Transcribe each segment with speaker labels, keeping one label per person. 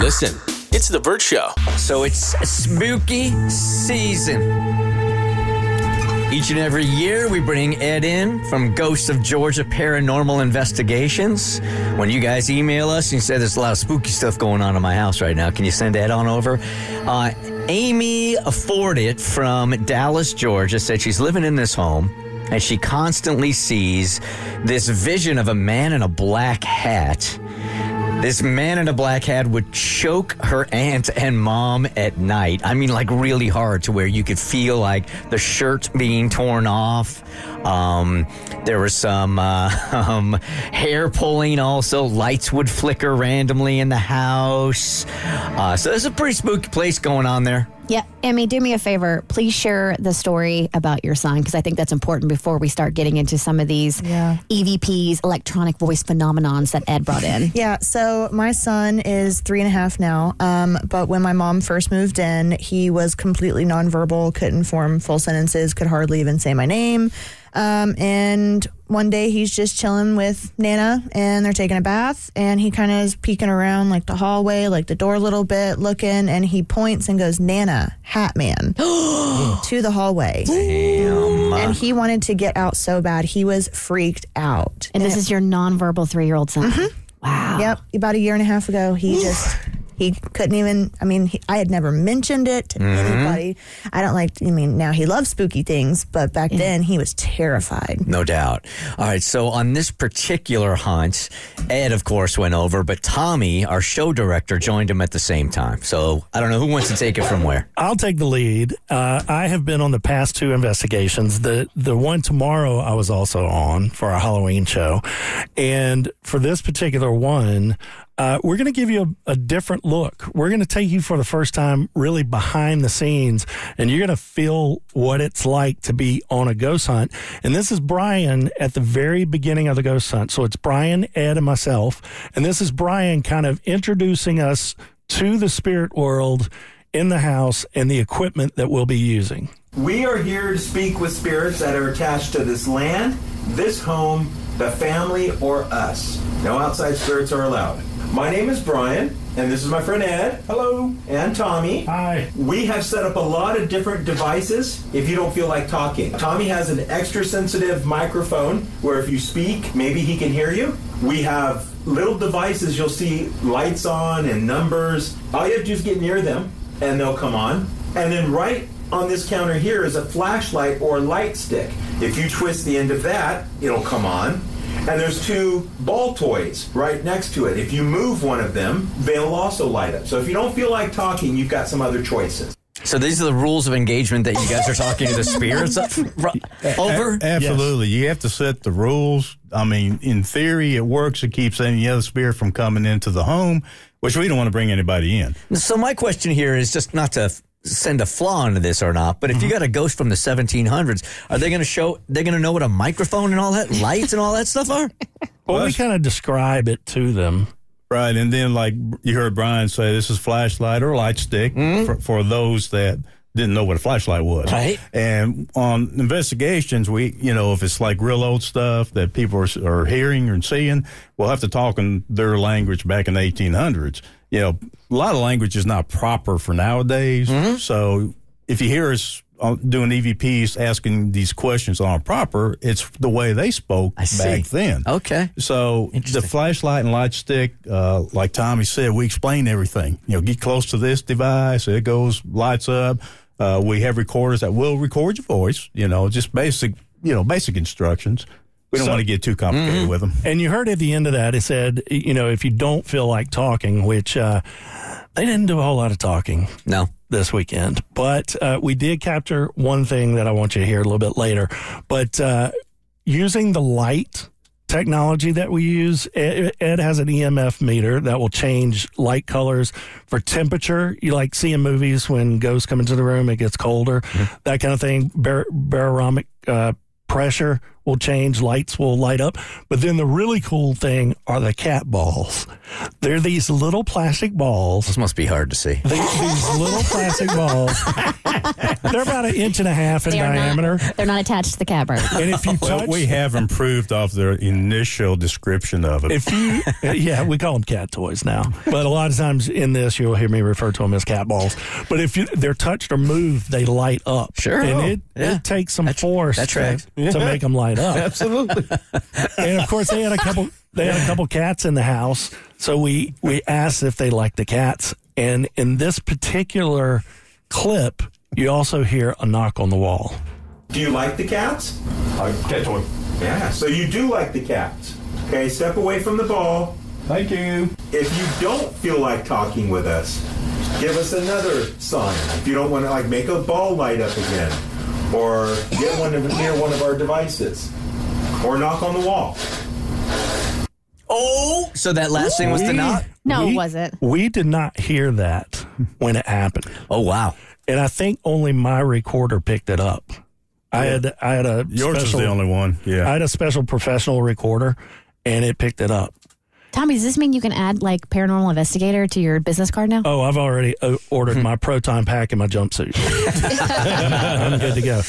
Speaker 1: Listen, it's The Burt Show.
Speaker 2: So it's spooky season. Each and every year, we bring Ed in from Ghosts of Georgia Paranormal Investigations. When you guys email us and you say there's a lot of spooky stuff going on in my house right now, can you send Ed on over? Uh, Amy Ford it from Dallas, Georgia, said she's living in this home and she constantly sees this vision of a man in a black hat. This man in a black hat would choke her aunt and mom at night. I mean, like really hard to where you could feel like the shirt being torn off. Um, there was some uh, um, hair pulling. Also, lights would flicker randomly in the house. Uh, so there's a pretty spooky place going on there.
Speaker 3: Yeah, Emmy, do me a favor. Please share the story about your son because I think that's important before we start getting into some of these
Speaker 4: Yeah.
Speaker 3: EVPs, electronic voice phenomenons that Ed brought in.
Speaker 4: Yeah, so my son is three and a half now. Um, but when my mom first moved in, he was completely nonverbal, couldn't form full sentences, could hardly even say my name. Um, and one day he's just chilling with Nana and they're taking a bath and he kind of is peeking around like the hallway, like the door a little bit, looking, and he points and goes, Nana, Hat Man, to the hallway. And he wanted to get out so bad. He was freaked out.
Speaker 3: and this is your nonverbal three year old son.
Speaker 4: Mm-hmm.
Speaker 3: Wow.
Speaker 4: Yep, about a year and a half ago, he just he couldn't even. I mean, he, I had never mentioned it to
Speaker 3: Mm-hmm.
Speaker 4: anybody. I don't like. I mean, now he loves spooky things, but back then he was terrified.
Speaker 2: No doubt. All right. So on this particular hunt, Ed, of course, went over, but Tommy, our show director, joined him at the same time. So I don't know who wants to take it from where.
Speaker 5: I'll take the lead. Uh, I have been on the past two investigations. The the one tomorrow I was also on for our Halloween show, and for this particular one, uh, we're going to give you a, a different look. We're going to take you for the first time really behind the scenes, and you're going to feel what it's like to be on a ghost hunt. And this is Brian at the very beginning of the ghost hunt. So it's Brian, Ed, and myself, and this is Brian kind of introducing us to the spirit world in the house and the equipment that we'll be using.
Speaker 6: We are here to speak with spirits that are attached to this land, this home, the family, or us. No outside spirits are allowed. My name is Brian, and this is my friend Ed. Hello. And Tommy.
Speaker 5: Hi.
Speaker 6: We have set up a lot of different devices if you don't feel like talking. Tommy has an extra sensitive microphone where if you speak, maybe he can hear you. We have little devices you'll see lights on and numbers. All you have to do is get near them and they'll come on. And then right on this counter here is a flashlight or light stick. If you twist the end of that, it'll come on. And there's two ball toys right next to it. If you move one of them, they'll also light up. So if you don't feel like talking, you've got some other choices.
Speaker 2: So these are the rules of engagement that you guys are talking to the spirits up, over.
Speaker 7: A- absolutely. You have to set the rules. I mean, in theory, it works. It keeps any other spirit from coming into the home, which we don't want to bring anybody in.
Speaker 2: So my question here is just not to f- send a flaw into this or not, but if you got a ghost from the 1700s, are they going to show? They're going to know what a microphone and all that, lights and all that stuff are.
Speaker 5: Well, we
Speaker 7: that's-
Speaker 5: kind of describe it to them.
Speaker 7: Right. And then, like you heard Brian say, this is flashlight or light stick for, for those that didn't know what a flashlight was.
Speaker 2: Mm-hmm. Right.
Speaker 7: And on investigations, we, you know, if it's like real old stuff that people are, s- are hearing and seeing, we'll have to talk in their language back in the 1800s. You know, a lot of language is not proper for nowadays.
Speaker 2: Mm-hmm.
Speaker 7: So if you hear us on- doing EVPs asking these questions that aren't proper, it's the way they spoke
Speaker 2: I see.
Speaker 7: back then.
Speaker 2: Okay.
Speaker 7: So the flashlight and light stick, uh, like Tommy said, we explain everything. You know, get close to this device, it goes lights up. Uh, we have recorders that will record your voice. You know, just basic, you know, basic instructions. We don't
Speaker 5: So-
Speaker 7: want to get too complicated with them.
Speaker 5: And you heard at the end of that, it said, you know, if you don't feel like talking, which uh, they didn't do a whole lot of talking
Speaker 2: No.
Speaker 5: this weekend, but uh, we did capture one thing that I want you to hear a little bit later. But uh, using the light technology that we use, Ed, Ed has an EMF meter that will change light colors for temperature. You like see in movies when ghosts come into the room, it gets colder, that kind of thing. Bar- barometric uh, pressure. will change, lights will light up. But then the really cool thing are the cat balls. They're these little plastic balls.
Speaker 2: This must be hard to see.
Speaker 5: They, these little plastic balls. They're about an inch and a half in
Speaker 3: They are
Speaker 5: diameter.
Speaker 3: Not, they're not attached to the cat bird.
Speaker 5: And if you touch,
Speaker 7: But we have improved off their initial description of it.
Speaker 5: if you, yeah, we call them cat toys now. But a lot of times in this, you'll hear me refer to them as cat balls. But if you, they're touched or moved, they light up.
Speaker 2: Sure.
Speaker 5: and it,
Speaker 2: Yeah.
Speaker 5: it takes some
Speaker 2: That-
Speaker 5: force
Speaker 2: that
Speaker 5: to,
Speaker 2: tracks.
Speaker 5: to make them light up.
Speaker 7: Absolutely.
Speaker 5: and of course, they had a couple. They had a couple cats in the house, so we we asked if they liked the cats. And in this particular clip, you also hear a knock on the wall.
Speaker 6: Do you like the cats?
Speaker 8: I get one.
Speaker 6: Yeah. So you do like the cats. Okay, step away from the ball.
Speaker 8: Thank you.
Speaker 6: If you don't feel like talking with us, give us another sign. If you don't want to, like, make a ball light up again, or get one of, near one of our devices, or knock on the wall.
Speaker 2: Oh, so that last thing was the
Speaker 5: We-
Speaker 2: knot.
Speaker 3: No,
Speaker 5: we-
Speaker 3: it wasn't.
Speaker 5: We did not hear that when it happened.
Speaker 2: Oh wow.
Speaker 5: and I think only my recorder picked it up. I had I had a
Speaker 7: Yours
Speaker 5: special,
Speaker 7: is the only one.
Speaker 5: I
Speaker 7: Yeah.
Speaker 5: had a special professional recorder, and it picked it up.
Speaker 3: Tommy, does this mean you can add like paranormal investigator to your business card now?
Speaker 5: Oh, I've already uh, ordered
Speaker 7: Hmm.
Speaker 5: my proton pack and my jumpsuit. I'm good to go.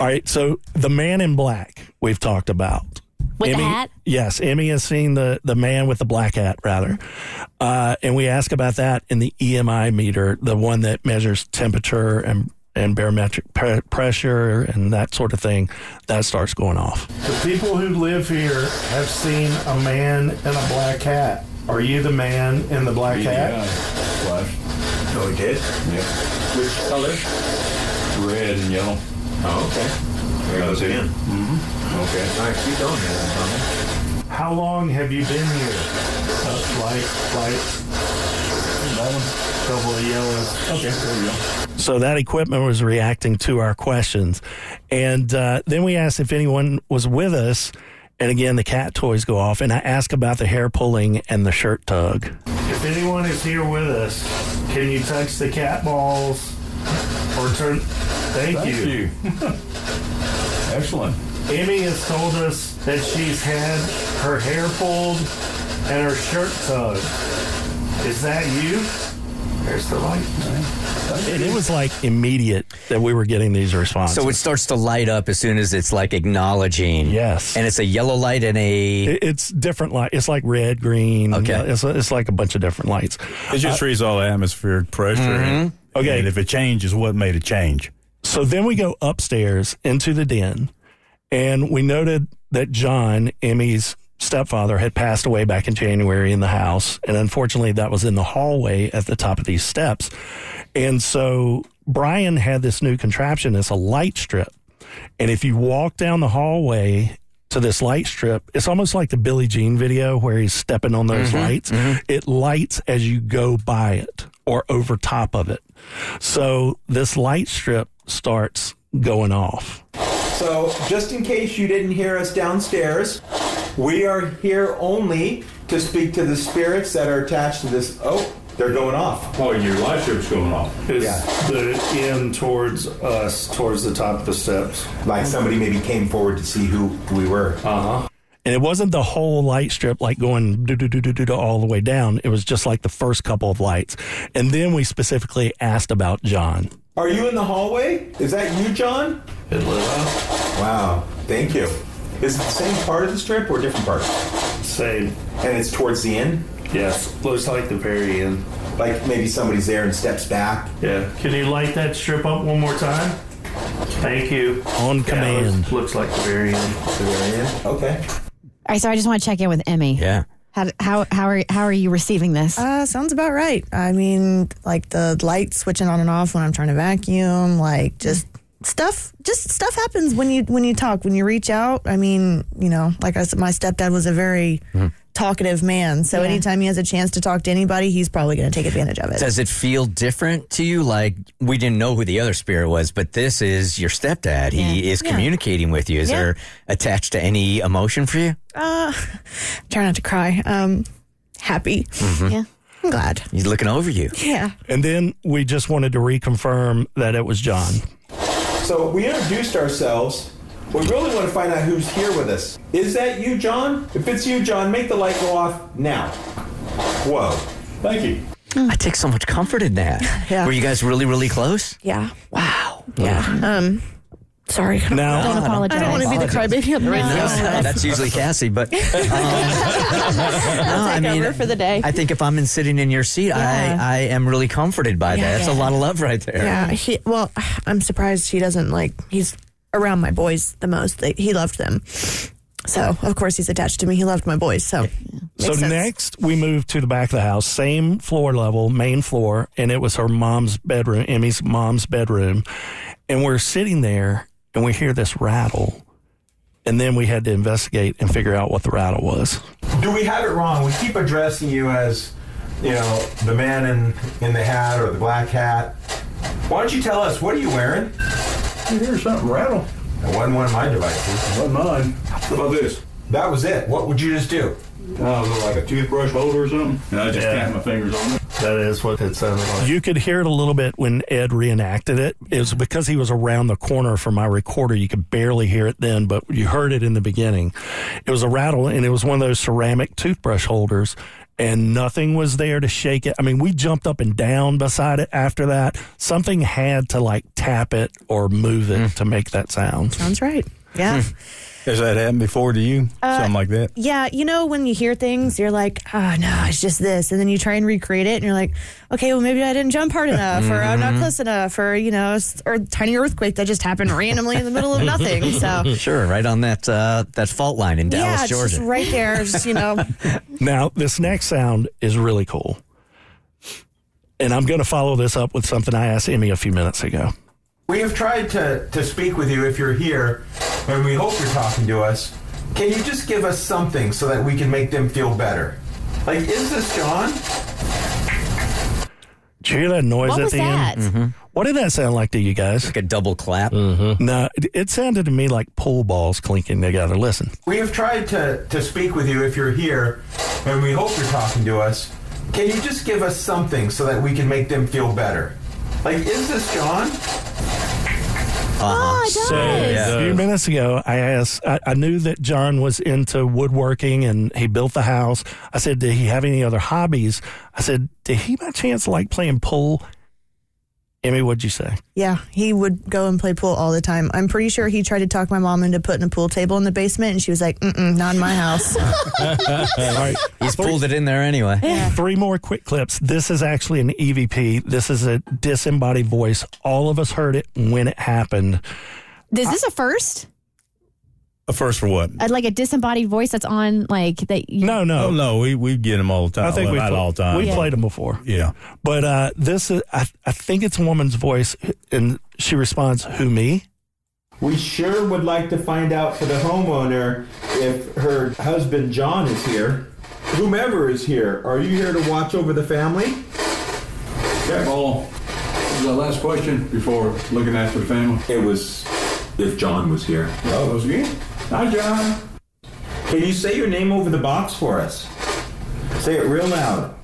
Speaker 5: All right, so the man in black we've talked about
Speaker 3: With the
Speaker 5: Emmy-
Speaker 3: hat?
Speaker 5: Yes, Emmy has seen the the man with the black hat rather, uh, and we ask about that in the EMI meter, the one that measures temperature and and barometric pre- pressure and that sort of thing. That starts going off.
Speaker 9: The people who live here have seen a man in a black hat. Are you the man in the black
Speaker 8: Yeah.
Speaker 9: hat?
Speaker 8: Flash.
Speaker 6: Oh, it did?
Speaker 8: Yeah.
Speaker 6: Which color?
Speaker 8: Red and yellow.
Speaker 6: Oh, okay. There goes it in.
Speaker 8: Mm-hmm. Okay.
Speaker 6: All right, keep going then, Tommy.
Speaker 9: How long have you been here? Uh, like, like
Speaker 8: That one.
Speaker 9: couple of yellows.
Speaker 8: Okay. There we go.
Speaker 5: So that equipment was reacting to our questions, and uh, then we asked if anyone was with us. And again, the cat toys go off, and I ask about the hair pulling and the shirt tug.
Speaker 9: If anyone is here with us, can you touch the cat balls or turn? Thank,
Speaker 8: Thank
Speaker 9: you.
Speaker 8: you. Excellent.
Speaker 9: Amy has told us that she's had her hair pulled and her shirt tugged. Is that you? There's the light.
Speaker 5: And it was like immediate that we were getting these responses.
Speaker 2: So it starts to light up as soon as it's like acknowledging.
Speaker 5: Yes.
Speaker 2: And it's a yellow light and a.
Speaker 5: It- It's different light. It's like red, green.
Speaker 2: Okay.
Speaker 5: Yeah, It's, it's like a bunch of different lights.
Speaker 7: It just reads all the atmospheric pressure. And,
Speaker 5: Mm-hmm. Okay.
Speaker 7: And if it changes, what made it change?
Speaker 5: So then we go upstairs into the den, and we noted that John, Emmy's stepfather, had passed away back in January in the house. And unfortunately, that was in the hallway at the top of these steps. And so Brian had this new contraption. It's a light strip. And if you walk down the hallway to this light strip, it's almost like the Billie Jean video where he's stepping on those lights. It lights as you go by it or over top of it. So this light strip starts going off.
Speaker 6: So, just in case you didn't hear us downstairs, we are here only to speak to the spirits that are attached to this. Oh, they're going off.
Speaker 8: Oh, your light strip's going off.
Speaker 9: Is
Speaker 6: Yeah.
Speaker 9: the end towards us, towards the top of the steps?
Speaker 6: Like somebody maybe came forward to see who we were.
Speaker 8: Uh,
Speaker 5: And it wasn't the whole light strip like going do do do do do do all the way down. It was just like the first couple of lights. And then we specifically asked about John.
Speaker 6: Are you in the hallway? Is that you, John?
Speaker 8: It lit up.
Speaker 6: Wow, thank you. Is it the same part of the strip or a different part?
Speaker 9: Same.
Speaker 6: And it's towards the end?
Speaker 9: Yes. Looks like the very end.
Speaker 6: Like maybe somebody's there and steps back?
Speaker 9: Yeah. Can you light that strip up one more time? Thank you.
Speaker 5: On command.
Speaker 9: looks, looks like the very end.
Speaker 6: The very end? Okay.
Speaker 3: All right, so I just want to check in with Emmy.
Speaker 2: yeah.
Speaker 3: How, how, how, are, how are you receiving this?
Speaker 4: Uh, sounds about right. I mean, like the light switching on and off when I'm trying to vacuum, like just stuff. Just stuff happens when you when you talk, when you reach out. I mean, you know, like I said, my stepdad was a very talkative man. So
Speaker 3: Mm-hmm. Yeah.
Speaker 4: anytime he has a chance to talk to anybody, he's probably going to take advantage of it.
Speaker 2: Does it feel different to you? Like we didn't know who the other spirit was, but this is your stepdad. He
Speaker 3: Yeah.
Speaker 2: is communicating with you. Is
Speaker 4: Yeah.
Speaker 2: there attached to any emotion for you?
Speaker 4: Uh, Try not to cry. Um, happy.
Speaker 3: yeah.
Speaker 4: I'm glad.
Speaker 2: He's looking over you.
Speaker 4: Yeah.
Speaker 5: And then we just wanted to reconfirm that it was John.
Speaker 6: So we introduced ourselves We really want to find out who's here with us. Is that you, John? If it's you, John, make the light go off now. Whoa.
Speaker 8: Thank you.
Speaker 2: I take so much comfort in that.
Speaker 4: Yeah.
Speaker 2: Were you guys really, really close?
Speaker 10: Yeah. Wow. Yeah. Um, sorry.
Speaker 5: Now,
Speaker 3: Don't apologize.
Speaker 4: I don't want to be the crybaby. I'm
Speaker 3: No.
Speaker 4: not.
Speaker 2: No, that's usually Cassie, but um, no, I mean,
Speaker 10: over for the day.
Speaker 2: I think if I'm in sitting in your seat,
Speaker 4: Yeah.
Speaker 2: I, I am really comforted by that.
Speaker 10: Yeah.
Speaker 2: That's a lot of love right there.
Speaker 4: Yeah.
Speaker 10: Yeah.
Speaker 4: He, well, I'm surprised he doesn't like. He's around my boys the most. They, he loved them, so of course he's attached to me. He loved my boys, so makes
Speaker 5: so
Speaker 4: sense.
Speaker 5: next we moved to the back of the house, same floor level, main floor, and it was her mom's bedroom, Emmy's mom's bedroom. And we're sitting there and we hear this rattle. And then we had to investigate and figure out what the rattle was.
Speaker 6: Do we have it wrong? We keep addressing you as, you know, the man in, in the hat or the black hat. Why don't you tell us, what are you wearing?
Speaker 8: You hear something rattle?
Speaker 6: That wasn't one of my devices.
Speaker 8: Not mine. What about this?
Speaker 6: That was it. What would you just do?
Speaker 8: Uh, look like a toothbrush holder or something? And I just
Speaker 9: Yeah.
Speaker 8: tapped my fingers on it.
Speaker 9: That is what it sounded like.
Speaker 5: You could hear it a little bit when Ed reenacted it. It was because he was around the corner from my recorder. You could barely hear it then, but you heard it in the beginning. It was a rattle, and it was one of those ceramic toothbrush holders, and nothing was there to shake it. I mean, we jumped up and down beside it after that. Something had to like tap it or move it to make that sound.
Speaker 4: sounds right. Yeah.
Speaker 7: Has that happened before to you? Something like that?
Speaker 4: Yeah, you know when you hear things, you're like, oh no, it's just this, and then you try and recreate it, and you're like, okay, well maybe I didn't jump hard enough, or I'm not close enough, or you know, s- or tiny earthquake that just happened randomly in the middle of nothing. So
Speaker 2: Sure, right on that uh, that fault line in Dallas,
Speaker 4: yeah, it's
Speaker 2: Georgia.
Speaker 4: just right there, just, you know,
Speaker 5: Now, this next sound is really cool. And I'm going to follow this up with something I asked Emmy a few minutes ago.
Speaker 6: We have tried to, to speak with you if you're here, and we hope you're talking to us. Can you just give us something so that we can make them feel better? Like, is this John?
Speaker 5: Did you hear that noise
Speaker 3: What
Speaker 5: at
Speaker 3: was
Speaker 5: the
Speaker 3: that?
Speaker 5: end?
Speaker 7: Mm-hmm.
Speaker 5: What did that sound like to you guys?
Speaker 2: like a double clap.
Speaker 7: Mm.
Speaker 2: Uh-huh.
Speaker 7: Uh-huh.
Speaker 5: No, it, it sounded to me like pool balls clinking together. Listen,
Speaker 6: We have tried to, to speak with you if you're here, and we hope you're talking to us. Can you just give us something so that we can make them feel better? Like, is this John?
Speaker 3: Oh, it does.
Speaker 5: a few minutes ago, I asked, I, I knew that John was into woodworking and he built the house. I said, Did he have any other hobbies? I said, Did he by chance like playing pool? Emmy, what'd you say?
Speaker 4: yeah, he would go and play pool all the time. I'm pretty sure he tried to talk my mom into putting a pool table in the basement, and she was like, Mm-mm, not in my house.
Speaker 5: All right.
Speaker 2: He's pulled it in there anyway.
Speaker 5: Three more quick clips. This is actually an EVP. This is a disembodied voice. All of us heard it when it happened.
Speaker 3: Is this a first?
Speaker 7: Uh, First for what?
Speaker 3: Uh, like a disembodied voice that's on, like that? You,
Speaker 5: No, no.
Speaker 7: Oh, no, we, we get them all the time.
Speaker 5: I think
Speaker 7: Well,
Speaker 5: we've
Speaker 7: not
Speaker 5: pl-
Speaker 7: all the time.
Speaker 5: We've
Speaker 7: but-
Speaker 5: played them before.
Speaker 7: Yeah.
Speaker 5: But uh, this is, I, I think it's a woman's voice, and she responds, Who me?
Speaker 6: We sure would like to find out for the homeowner if her husband John is here. Whomever is here, are you here to watch over the family?
Speaker 8: Jack Ball, this is our last question before looking after the family.
Speaker 6: It was if John was here.
Speaker 8: Oh, those again? Hi, John.
Speaker 6: Can you say your name over the box for us? Say it real loud.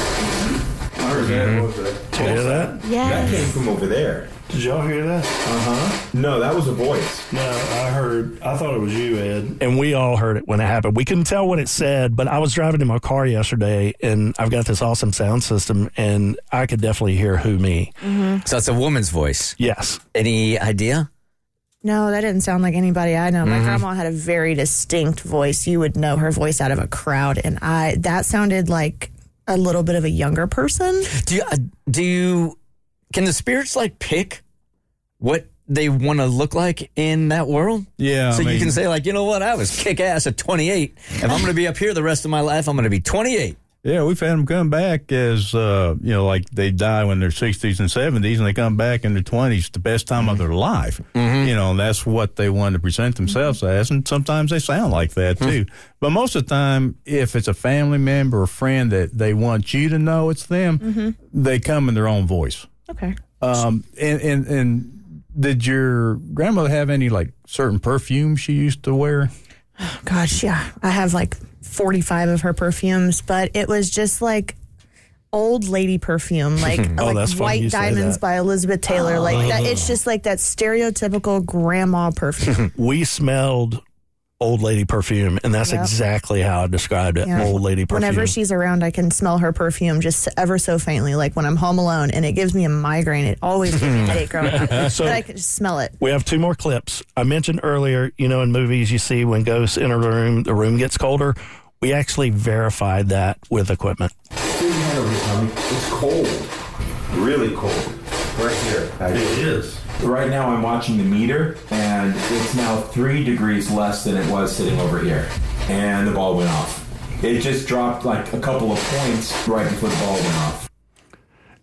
Speaker 8: I heard that. What was that?
Speaker 5: Did you hear that?
Speaker 6: That
Speaker 3: Yeah.
Speaker 6: came from over there.
Speaker 9: Did y'all hear that?
Speaker 6: No, that was a voice.
Speaker 9: No, I heard. I thought it was you, Ed.
Speaker 5: And we all heard it when it happened. We couldn't tell what it said, but I was driving in my car yesterday, and I've got this awesome sound system, and I could definitely hear Who me.
Speaker 2: So it's a woman's voice.
Speaker 5: Yes.
Speaker 2: Any idea?
Speaker 4: No, that didn't sound like anybody I know.
Speaker 5: Mm-hmm.
Speaker 4: My grandma had a very distinct voice. You would know her voice out of a crowd, and I that sounded like a little bit of a younger person.
Speaker 2: Do you, uh, do you can the spirits like pick what they want to look like in that world?
Speaker 7: Yeah, I
Speaker 2: So you
Speaker 7: mean-
Speaker 2: can say like, you know what? I was kick ass at 28. If I'm going to be up here the rest of my life, I'm going to be 28.
Speaker 7: Yeah, we've had them come back as uh, you know, like they die when they're sixties and seventies, and they come back in their twenties, the best time of their life.
Speaker 2: Mm-hmm.
Speaker 7: You know, and that's what they want to present themselves as, and sometimes they sound like that
Speaker 2: Mm-hmm.
Speaker 7: too. But most of the time, if it's a family member or friend that they want you to know it's them, they come in their own voice.
Speaker 4: Okay.
Speaker 7: Um, and and and did your grandmother have any like certain perfume she used to wear?
Speaker 4: Gosh, yeah. I have like 45 of her perfumes, but it was just like old lady perfume, like, like
Speaker 5: Oh, that's funny you
Speaker 4: White
Speaker 5: say
Speaker 4: Diamonds
Speaker 5: that. Oh.
Speaker 4: by Elizabeth Taylor. Like that, it's just like that stereotypical grandma perfume.
Speaker 5: we smelled old lady perfume, and that's
Speaker 4: Yep.
Speaker 5: exactly how I described it.
Speaker 4: Yeah.
Speaker 5: Old lady perfume.
Speaker 4: Whenever she's around, I can smell her perfume just ever so faintly. Like when I'm home alone, and it gives me a migraine. It always gives me a headache growing up,
Speaker 5: So-
Speaker 4: but I can just smell it.
Speaker 5: we have two more clips. I mentioned earlier, you know, in movies you see when ghosts enter a room, the room gets colder. We actually verified that with equipment.
Speaker 6: Feel your hand over your tummy. It's cold. Really cold. Right here.
Speaker 9: It is.
Speaker 6: Right now I'm watching the meter and it's now three degrees less than it was sitting over here. And the ball went off. It just dropped like a couple of points right before the ball went off.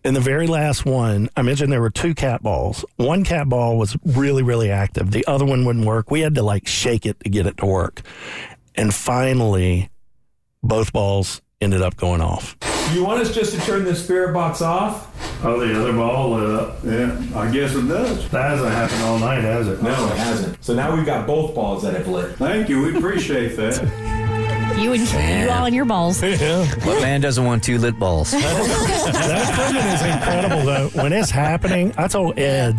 Speaker 5: In the very last one, I mentioned there were two cat balls. One cat ball was really, really active. The other one wouldn't work. We had to like shake it to get it to work. And finally, both balls ended up going off.
Speaker 6: You want us just to turn the spirit box off?
Speaker 9: Oh, the other ball lit up.
Speaker 8: Yeah, I guess it does.
Speaker 9: That hasn't happened all night, has it?
Speaker 6: No, it hasn't. So now we've got both balls that have lit.
Speaker 8: Thank you. We appreciate that.
Speaker 3: You and you all and your balls.
Speaker 2: What man doesn't want two lit balls?
Speaker 5: That equipment is incredible, though. When it's happening, I told Ed,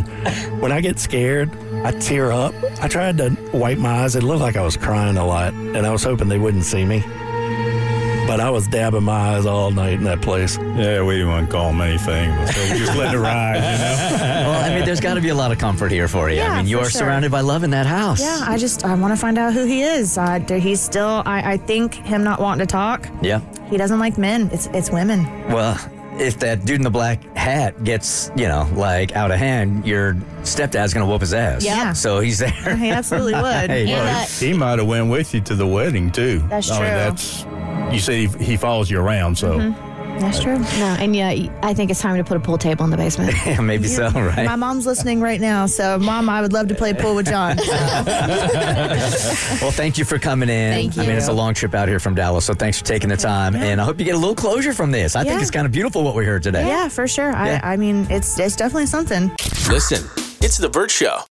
Speaker 5: when I get scared, I tear up. I tried to wipe my eyes. It looked like I was crying a lot, and I was hoping they wouldn't see me. But I was dabbing my eyes all night in that place.
Speaker 7: Yeah, we didn't want to call them anything, but so we just let it ride. You know?
Speaker 2: well, I mean, there's got to be a lot of comfort here for you. I
Speaker 4: Yeah,
Speaker 2: mean, you
Speaker 4: for
Speaker 2: are
Speaker 4: sure.
Speaker 2: surrounded by love in that house.
Speaker 4: Yeah, I just I want to find out who he is. Uh, do- he's still. I, I think him not wanting to talk.
Speaker 2: Yeah.
Speaker 4: He doesn't like men. It's it's women.
Speaker 2: Well, if that dude in the black hat gets, you know, like out of hand, your stepdad's going to whoop his ass.
Speaker 4: Yeah.
Speaker 2: So he's there.
Speaker 4: He absolutely would.
Speaker 2: Hey,
Speaker 3: And that-
Speaker 7: He might have went with you to the wedding too.
Speaker 4: That's
Speaker 7: I mean,
Speaker 4: true. Mm-hmm.
Speaker 7: that's you see, he he follows you around, so
Speaker 4: That's true.
Speaker 3: uh, No, and yeah, I think it's time to put a pool table in the basement.
Speaker 2: yeah, maybe so, right?
Speaker 4: My mom's listening right now, so mom, I would love to play pool with John.
Speaker 2: Well, thank you for coming in.
Speaker 3: Thank
Speaker 2: I mean, it's a
Speaker 3: you.
Speaker 2: long trip out here from Dallas, so thanks for taking the time. And I hope you get a little closure from this. I think
Speaker 4: Yeah.
Speaker 2: it's kind of beautiful what we heard today.
Speaker 4: yeah, for sure.
Speaker 2: Yeah.
Speaker 4: I, I mean, it's it's definitely something.
Speaker 1: Listen, it's the Burt Show.